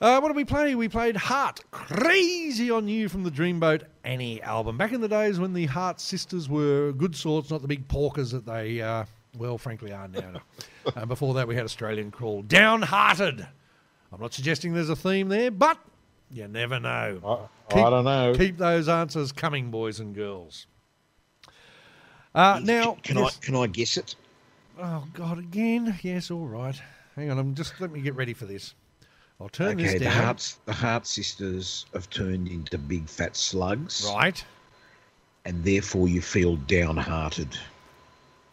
Uh, what did we play? We played Heart Crazy on You from the Dreamboat Annie album. Back in the days when the Heart sisters were good sorts, not the big porkers that they, uh, well, frankly, are now. uh, before that, we had Australian Crawl, Downhearted. I'm not suggesting there's a theme there, but you never know. Uh, I, I don't know. Keep those answers coming, boys and girls. Uh, now, can yes- I can I guess it? Oh God, again? Yes, all right. Hang on, I'm just let me get ready for this. I'll turn okay, this the down. Hart the Hart sisters have turned into big fat slugs, Right. and therefore you feel downhearted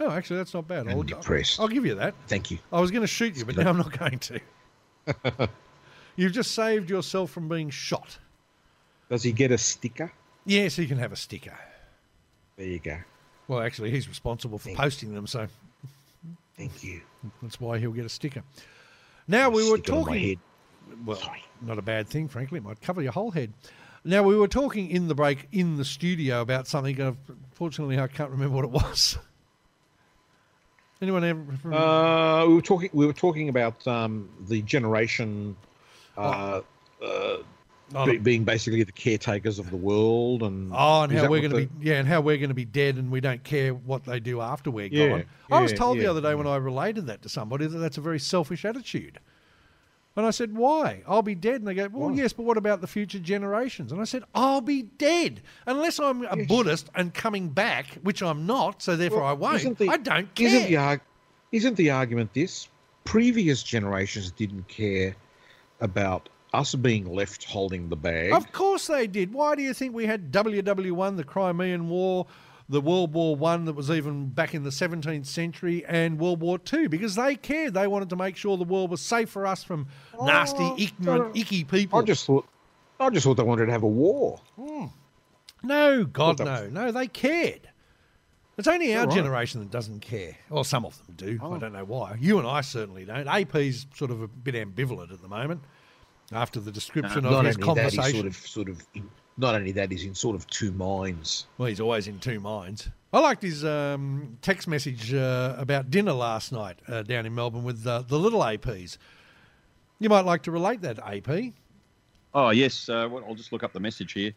Oh, actually, that's not bad. and I'll, depressed. I'll give you that. Thank you. I was going to shoot you, but now I'm not going to. You've just saved yourself from being shot. Does he get a sticker? Yes, he can have a sticker. There you go. Well, actually, he's responsible for Thank- posting them, so Thank you. that's why he'll get a sticker. Now we were Stick it on my talking. head. Well, Sorry. not a bad thing, frankly. It might cover your whole head. Now, we were talking in the break in the studio about something. and Fortunately, I can't remember what it was. Anyone ever? remember? Uh, we were talking. We were talking about um, the generation uh, uh, Oh, be, being basically the caretakers of the world, and oh, and is how that we're what going to the- be yeah, and how we're going to be dead, and we don't care what they do after we're Yeah, gone. I was yeah, told the yeah, other day when I related that to somebody that that's a very selfish attitude. And I said, "Why? I'll be dead." And they go, "Well, Why? yes, but what about the future generations?" And I said, "I'll be dead unless I'm a Buddhist and coming back, which I'm not, so therefore Well, I won't. isn't the- I don't care." Isn't the, arg- isn't the argument this? Previous generations didn't care about us being left holding the bag. Of course they did. Why do you think we had WW1, the Crimean War, the World War One that was even back in the 17th century, and World War Two? Because they cared. They wanted to make sure the world was safe for us from nasty, Oh, ignorant, no. icky people. I just thought, I just thought they wanted to have a war. no, God, Well, that no, no. They cared. It's only our All right. generation that doesn't care. Well, some of them do. Oh. I don't know why. You and I certainly don't. AP's sort of a bit ambivalent at the moment after the description Uh, of not his only that, conversation. he's sort of sort of in, not only that, he's in sort of two minds. Well, he's always in two minds. I liked his um, text message uh, about dinner last night uh, down in Melbourne with uh, the little APs. You might like to relate that, AP. Oh yes, uh, well, I'll just look up the message here.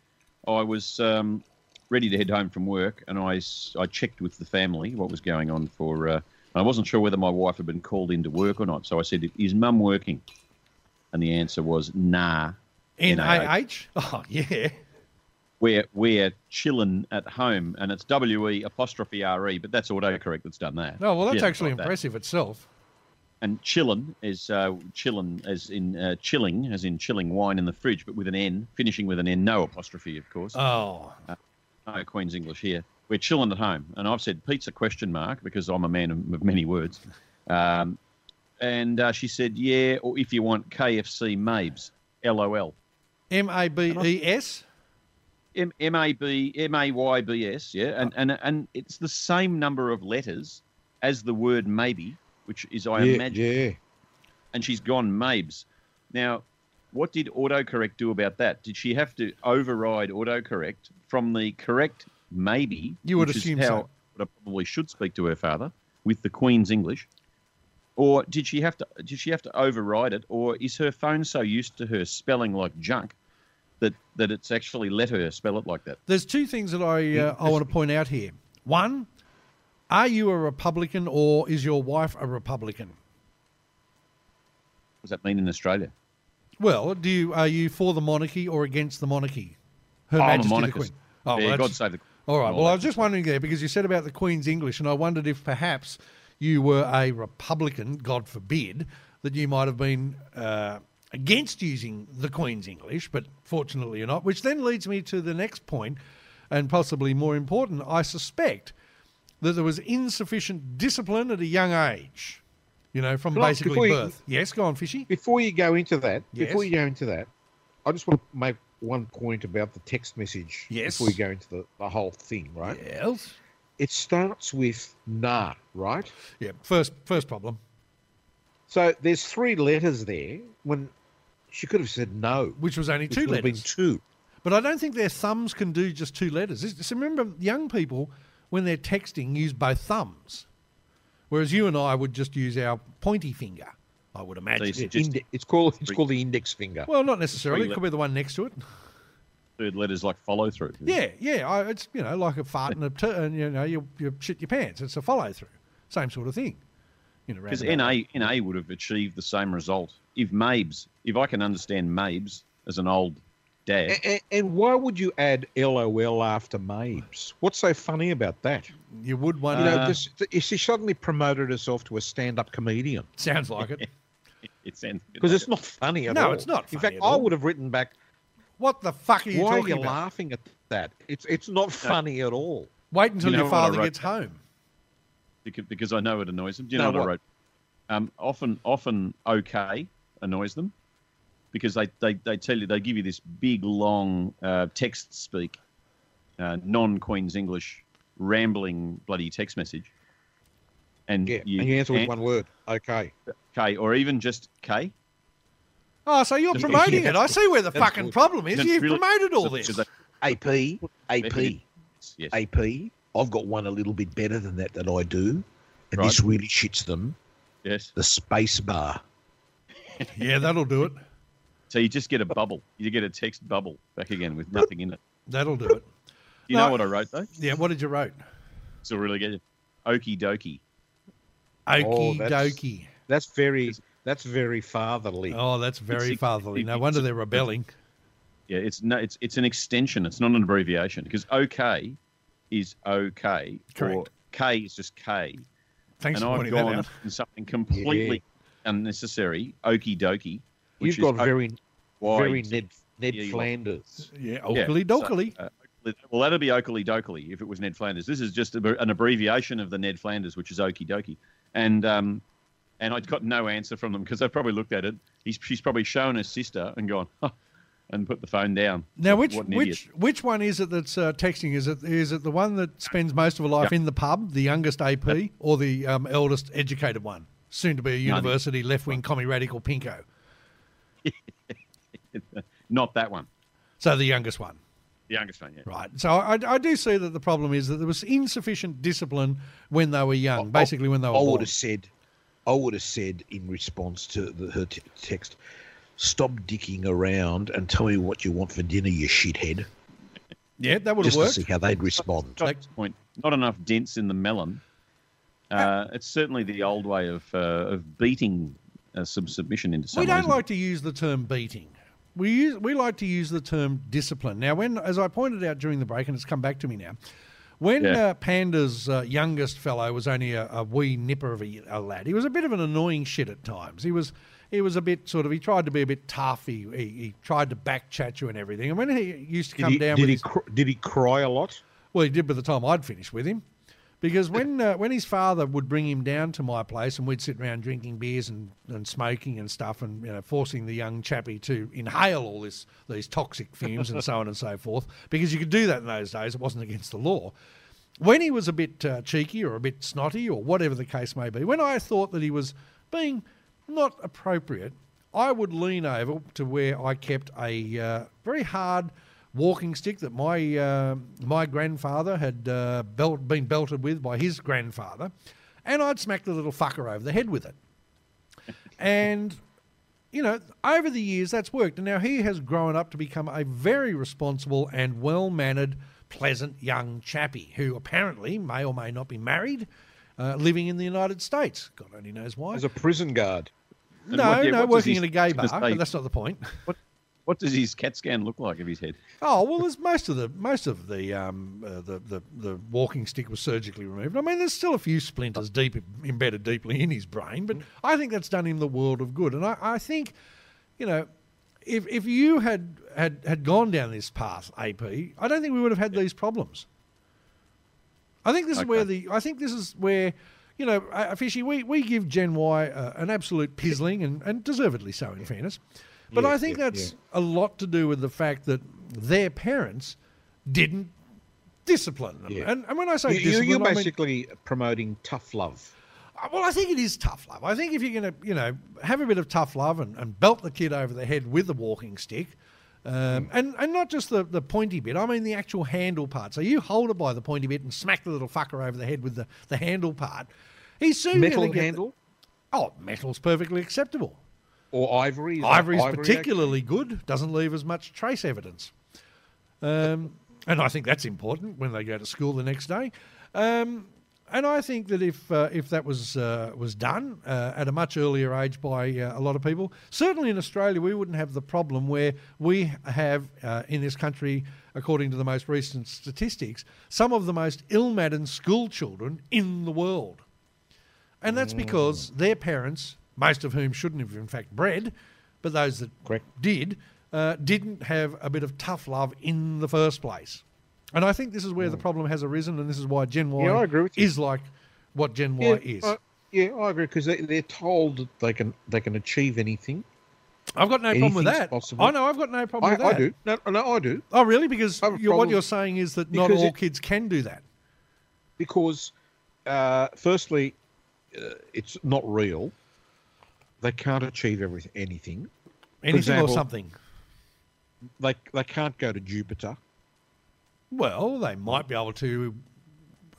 I was um, ready to head home from work, and I, s- I checked with the family what was going on for. Uh, I wasn't sure whether my wife had been called into work or not, so I said, "Is Mum working?" And the answer was, "Nah, NAH. Oh, yeah. we're we're chilling at home, and it's W E apostrophe R E, but that's autocorrect that's done that." No, Oh, well, that's Yeah, actually like that. impressive itself. And chillin is uh, chillin as in uh, chilling, as in chilling wine in the fridge, but with an N, finishing with an N, no apostrophe, of course. Oh, no Queen's English here. We're chilling at home, and I've said pizza question mark because I'm a man of, of many words. Um, and uh, she said, "Yeah, or if you want KFC Mabes, LOL, M A B E S. M M A B M A Y B S, yeah, and and and it's the same number of letters as the word maybe, which is I yeah, imagine." yeah. and she's gone Mabes. Now, what did autocorrect do about that? Did she have to override autocorrect from the correct maybe? You would which is assume how so. I probably should speak to her father with the Queen's English, or did she have to? Did she have to override it, or is her phone so used to her spelling like junk that that it's actually let her spell it like that? There's two things that I uh, I want to point out here. One, are you a Republican or is your wife a Republican? What does that mean in Australia? Well, do you are you for the monarchy or against the monarchy? Her Oh, I'm a Majesty the monarchist. Queen. Oh, yeah, well, God that's- save the. All right. and Well, I that was good just wondering there because you said about the Queen's English, and I wondered if perhaps you were a Republican, God forbid, that you might have been uh, against using the Queen's English, but fortunately you're not, which then leads me to the next point, and possibly more important. I suspect that there was insufficient discipline at a young age, you know, from Can I- basically before you- birth. Yes, go on, Fishy. Before you go into that, Yes. before you go into that, I just want to make one point about the text message Yes. before you go into the, the whole thing, right? Yes. It starts with nah, right? Yeah, first first problem. So there's three letters there when she could have said no. Which was only which two would have letters. Been two. But I don't think their thumbs can do just two letters. This- So remember, young people, when they're texting, use both thumbs, whereas you and I would just use our pointy finger. I would imagine. These- Yeah, just- inde- it's called it's called the index finger. Well, not necessarily. It could lip- be the one next to it. Third letter's like follow through. Yeah, yeah. I, it's you know like a fart and a t- and you know you you shit your pants. It's a follow through. Same sort of thing. You know, Because roundabout. NA, NA would have achieved the same result if Mabes, if I can understand Mabes as an old dad, Eh. A- a- and why would you add LOL after Mabes? What's so funny about that? you would wonder. You know, Uh, this, th- she suddenly promoted herself to a stand-up comedian sounds like it. it sounds a bit because like it's not funny at No, all. it's not In funny fact, at I all. would have written back, What the fuck are you "Why are talking you about? laughing at that? It's it's not funny at all." Wait until You know your what I father wrote gets home. because, because I know it annoys them. Do you No, know what, what? I wrote? Um, often, often okay annoys them because they, they, they tell you they give you this big long uh, text speak, uh, non Queen's English, rambling bloody text message, and Yeah, and you answer with and- one word. Okay. K or even just K. Oh, so you're That's promoting good. it. I see where the That's fucking good. problem is. That's You've really- promoted all because this. they- AP, AP, yes. AP. I've got one a little bit better than that that I do, and Right. this really shits them. Yes. The space bar. Yeah, that'll do it. So you just get a bubble. You get a text bubble back again with nothing in it. That'll do it. You No. know what I wrote though? Yeah, what did you write? It's a really good. Okie dokie. Oh, Okey that's- dokey. That's very that's very fatherly. Oh, that's very It's- fatherly. No it's- wonder they're rebelling. Yeah, it's no, it's it's an extension. It's not an abbreviation because OK is OK or Correct. K is just K. Thanks and for I've pointing that gone out. from something completely unnecessary. Okie dokie. which You've got is very O-Y. very Ned Ned Yeah, you are. Flanders. Yeah, Yeah, oakley so, dokley. uh, well, that'd be Oakley Dokley if it was Ned Flanders. This is just a, an abbreviation of the Ned Flanders, which is Okie Dokie. And um, and I'd got no answer from them because they've probably looked at it. He's, she's probably shown her sister and gone, "Huh," and put the phone down. now, What- which what an idiot. which which one is it that's uh, texting? Is it is it the one that spends most of her life in the pub, the youngest AP, or the um, eldest educated one, soon to be a university left wing commie radical pinko? Not that one. So the youngest one. The youngest one, yeah. Right. So I, I do see that the problem is that there was insufficient discipline when they were young, basically when they were I born. would have said, I would have said in response to the, her t- text, "Stop dicking around and tell me what you want for dinner, you shithead." Yeah, that would have Just to worked. see how they'd respond. Like- Doc's point. Not enough dents in the melon. Uh, it's certainly the old way of uh, of beating uh, some submission into We someone. don't isn't it? like to use the term beating. We use we like to use the term discipline. Now, when as I pointed out during the break, and it's come back to me now, when Yeah. uh, Panda's uh, youngest fellow was only a, a wee nipper of a, a lad, he was a bit of an annoying shit at times. He was he was a bit sort of he tried to be a bit tough. He he, he tried to back chat you and everything. And when he used to Did come he, down did, with he his cr- did he cry a lot? Well, he did by the time I'd finished with him, because when uh, when his father would bring him down to my place and we'd sit around drinking beers and, and smoking and stuff and you know forcing the young chappie to inhale all this these toxic fumes and so on and so forth because you could do that in those days it wasn't against the law. When he was a bit uh, cheeky or a bit snotty or whatever the case may be, when I thought that he was being not appropriate, I would lean over to where I kept a uh, very hard walking stick that my uh, my grandfather had uh, belt, been belted with by his grandfather, and I'd smack the little fucker over the head with it. And you know, over the years that's worked, and now he has grown up to become a very responsible and well mannered, pleasant young chappie who apparently may or may not be married. Uh, living in the United States, God only knows why. As a prison guard. And No, what- yeah, no, what does working his in a gay bar, doctor say? but that's not the point. What does his CAT scan look like of his head? Oh well, there's most of the most of the um uh, the, the the walking stick was surgically removed. I mean, there's still a few splinters deep embedded deeply in his brain, but I think that's done him the world of good. And I, I think, you know, if if you had had had gone down this path, AP, I don't think we would have had these problems. I think this is where the I think this is where. You know, uh, Fishy, we, we give Gen Y uh, an absolute pizzling, and, and deservedly so, in fairness. But Yeah, I think yeah, that's a lot to do with the fact that their parents didn't discipline them. Yeah. And, and when I say You, you, discipline, you're I mean- uh, basically promoting tough love. well, I think it is tough love. I think if you're going to, you know, have a bit of tough love and, and belt the kid over the head with the walking stick, um, Mm. and, and not just the, the pointy bit, I mean the actual handle part. So you hold it by the pointy bit and smack the little fucker over the head with the, the handle part. He's soon Metal gonna get- handle? Oh, metal's perfectly acceptable. Or ivory? Is that Ivory's ivory particularly good, doesn't leave as much trace evidence. Um, and I think that's important when they go to school the next day. Um, and I think that if uh, if that was uh, was done uh, at a much earlier age by uh, a lot of people, certainly in Australia, we wouldn't have the problem where we have uh, in this country, according to the most recent statistics, some of the most ill-maddened school children in the world. And that's because Mm. their parents, most of whom shouldn't have in fact bred, but those that Correct. did, uh, didn't have a bit of tough love in the first place. And I think this is where the problem has arisen, and this is why Gen Y Mm. Yeah, I agree with you. is like what Gen Y Yeah, is. I, yeah, I agree because they, they're told that they can they can achieve anything. I've got no problem with anything's that. possible. I know I've got no problem I, with that. I do. No, no, I do Oh, really? Because I have a you what problem you're saying is that not because all it- kids can do that. because, uh, firstly, uh, it's not real. They can't achieve everything. Anything. Anything or example- something. They they can't go to Jupiter. Well, they might be able to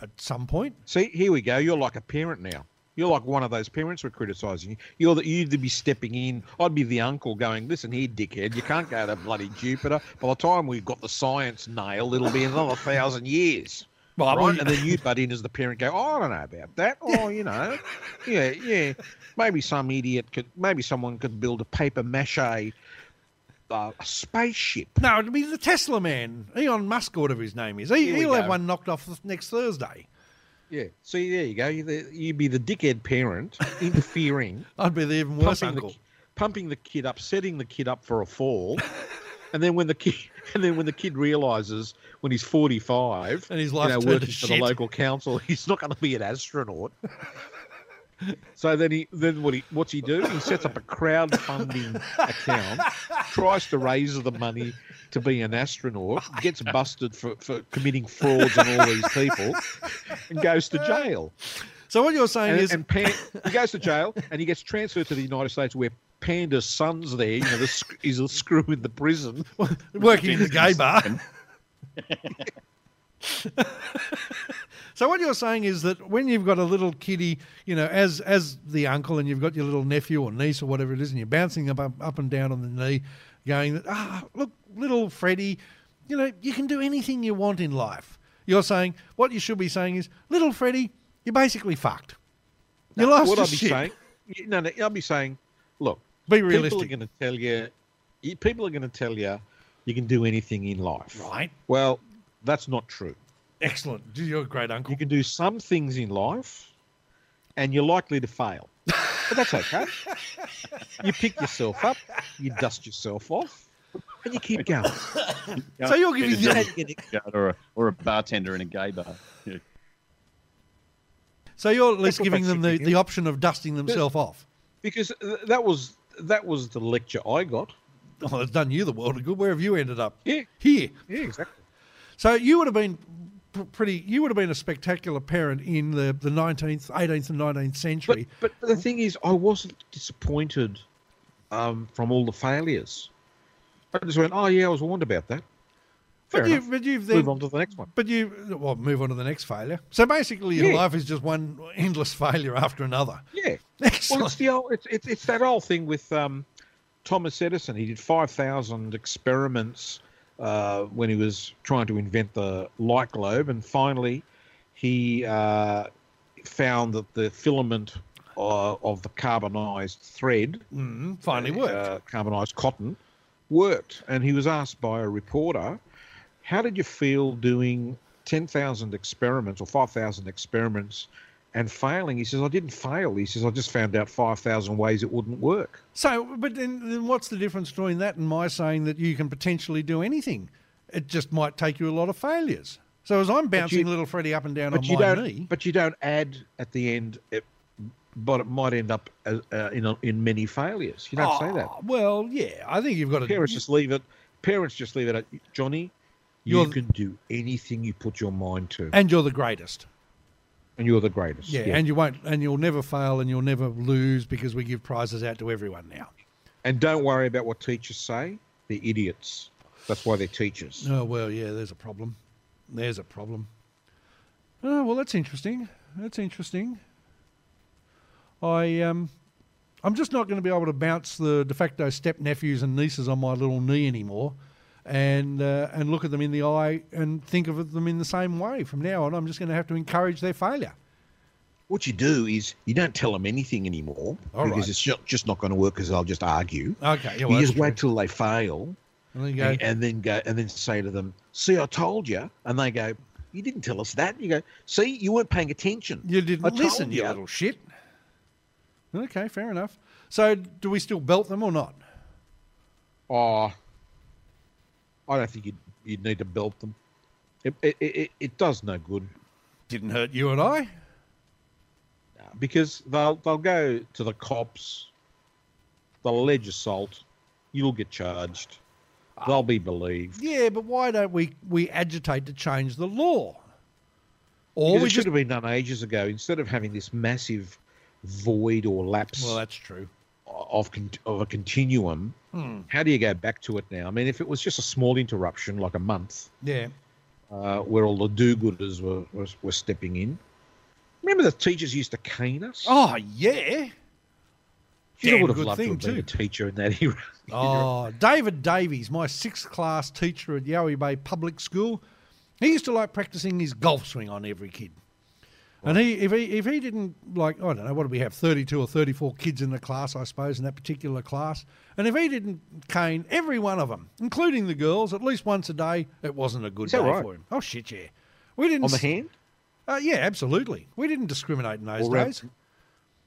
at some point. See, here we go. You're like a parent now. You're like one of those parents who are criticising you. You're the, you'd be stepping in. I'd be the uncle going, "Listen here, dickhead. You can't go to bloody Jupiter. By the time we've got the science nailed, it'll be another thousand years." Well, right? well, and then you butt in as the parent, go, oh, I don't know about that. Oh, you know, yeah, yeah. Maybe some idiot could, maybe someone could build a paper mache uh, a spaceship. No, it'll be the Tesla man, Elon Musk, or whatever his name is. He, Here we he'll have go. one knocked off th- next Thursday. Yeah. See, there you go. You're the, you'd be the dickhead parent interfering, I'd be the even worse pumping, the, uncle. ki- pumping the kid up, setting the kid up for a fall. And then when the kid, and then when the kid realizes when he's forty five, And his you life's know, turned working to for the shit. local council. He's not going to be an astronaut. so then he then what he what's he do? He sets up a crowdfunding account, tries to raise the money to be an astronaut, gets busted for, for committing frauds on all these people, and goes to jail. So what you're saying And, is, and Pan, he goes to jail, and he gets transferred to the United States where. Panda's son's there, you know, the, sc- he's a screw in the prison. working in the gay bar. so what you're saying is that when you've got a little kiddie, you know, as as the uncle, and you've got your little nephew or niece or whatever it is, and you're bouncing them up up and down on the knee, going, ah, look, little Freddie, you know, you can do anything you want in life. You're saying what you should be saying is, little Freddie, you're basically fucked. Your No, life's what just I'll be shit. saying, no, no, I'll be saying, look, be People are realistic, going to tell you. you- People are going to tell you you can do anything in life. right? Well, that's not true. Excellent. You're a great uncle. You can do some things in life, and you're likely to fail. But that's okay. you pick yourself up. You dust yourself off. And you keep going. So you're giving Get a the- double guard or a, or a bartender in a gay bar. Yeah. So you're at least That's what giving them the, basically the option of dusting themselves off. Because th- that was that was the lecture I got. Oh, it's done you the world of good. Where have you ended up? Yeah. Here. Yeah, exactly. So you would have been pr- pretty. You would have been a spectacular parent in the the nineteenth, eighteenth, and nineteenth But, century. but the thing is, I wasn't disappointed um, from all the failures. I just went, oh yeah, I was warned about that. Fair But, enough. you, but you've move then. on to the next one. But you well move on to the next failure. So basically, your Yeah. life is just one endless failure after another. Yeah. Well, it's Excellent. the old, it's, it's it's that old thing with um, Thomas Edison. He did five thousand experiments uh, when he was trying to invent the light globe, and finally, he uh, found that the filament uh, of the carbonized thread Mm, finally worked. uh, carbonized cotton worked and he was asked by a reporter how did you feel doing 10,000 experiments or 5,000 experiments and failing he says i didn't fail he says i just found out 5,000 ways it wouldn't work So, but then, then what's the difference between that and my saying that you can potentially do anything? It just might take you a lot of failures. So as I'm bouncing you- little Freddie up and down on but you my don't knee, but you don't add at the end it, but it might end up as, uh, in a, in many failures you don't say that Oh, Well, yeah, I think you've got to. parents just leave it parents just leave it at johnny you You're- can do anything you put your mind to and you're the greatest. and you're the greatest Yeah, and you won't, and you'll never fail, and you'll never lose because we give prizes out to everyone now. And don't worry about what teachers say. They're idiots. That's why they're teachers. Oh well, yeah. There's a problem. There's a problem. Oh well, that's interesting. That's interesting. I um, I'm just not going to be able to bounce the de facto step nephews and nieces on my little knee anymore, and uh, and look at them in the eye and think of them in the same way from now on. I'm just going to have to encourage their failure. What you do is you don't tell them anything anymore All because right. it's ju- just not going to work because they'll just argue. Okay, yeah, you well, that's just wait true. till they fail and then you go. and, and then go and then say to them, "See, I told you," and they go, "You didn't tell us that." You go, "See, you weren't paying attention. You I didn't told listen, you ya." little shit. Okay, fair enough. So, do we still belt them or not? Oh, I don't think you'd, you'd need to belt them. It, it, it, it does no good Didn't hurt you and I. because they'll they'll go to the cops. They'll allege assault. You'll get charged. They'll be believed. Yeah, but why don't we we agitate to change the law? Or Because we it should just have been done ages ago. Instead of having this massive void or lapse well, that's true. of con- of a continuum, Hmm. how do you go back to it now? I mean, if it was just a small interruption, like a month, Yeah, uh, where all the do-gooders were, were were stepping in. Remember, the teachers used to cane us. Oh yeah. You know, damn would have good loved to thing, have been a too. teacher in that era. Oh, David Davies, my sixth class teacher at Yowie Bay Public School, he used to like practicing his golf swing on every kid. And he, if he, if he didn't like, I don't know, what do we have, thirty-two or thirty-four kids in the class, I suppose, in that particular class. And if he didn't cane every one of them, including the girls, at least once a day, it wasn't a good Is day that right? for him. Oh shit, yeah. We didn't on the s- hand, Uh, yeah, absolutely. We didn't discriminate in those Or round- days.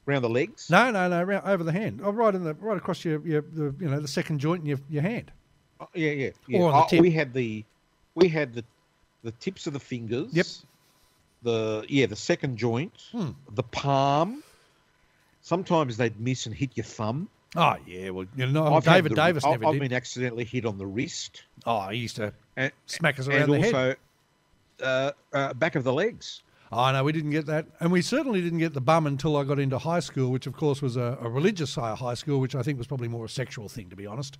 round the legs. No, no, no, round, over the hand, oh, right in the right across your, your the, you know, the second joint in your, your hand. Oh, yeah, yeah. yeah. Or on the Oh, tip. We had the, we had the, the tips of the fingers. Yep. The yeah, the second joint, Hmm. the palm. Sometimes they'd miss and hit your thumb. Oh yeah, well you know had David the- Davis I- never I've did. been accidentally hit on the wrist oh, he used to and, smack us and around the head. also uh, uh, back of the legs. Oh no, we didn't get that, and we certainly didn't get the bum until I got into high school, which of course was a, a religious high high school, which I think was probably more a sexual thing, to be honest.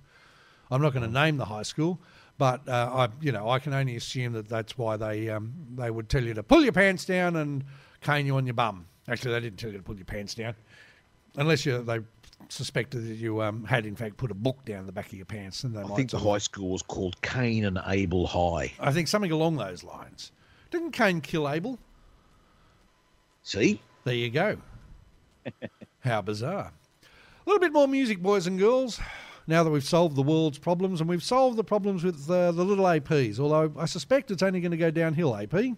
I'm not Mm. going to name the high school, but uh, I, you know, I can only assume that that's why they um, they would tell you to pull your pants down and cane you on your bum. Actually, they didn't tell you to pull your pants down, unless you they suspected that you um, had in fact put a book down the back of your pants, and they I might think the sort of- high school was called Cain and Abel High. I think something along those lines. Didn't Cain kill Abel? See, There you go. How bizarre. A little bit more music, boys and girls. Now that we've solved the world's problems, and we've solved the problems with uh, the little APs, although I suspect it's only going to go downhill, AP.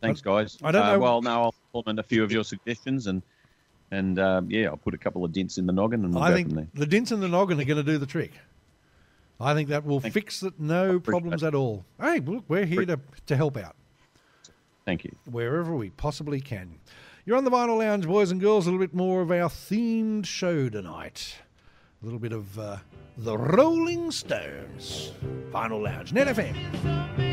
Thanks, guys. I don't uh, know- Well, no, I'll implement a few of your suggestions and and um, yeah, I'll put a couple of dents in the noggin and we'll I go from there. think the dents and the noggin are going to do the trick. I think that will Thank- fix it, no Appreciate problems it. at all. Hey, look, we're here to, to help out. Thank you. wherever we possibly can. You're on the Vinyl Lounge, boys and girls. A little bit more of our themed show tonight. A little bit of uh, the Rolling Stones. Vinyl Lounge, NetFM. Thank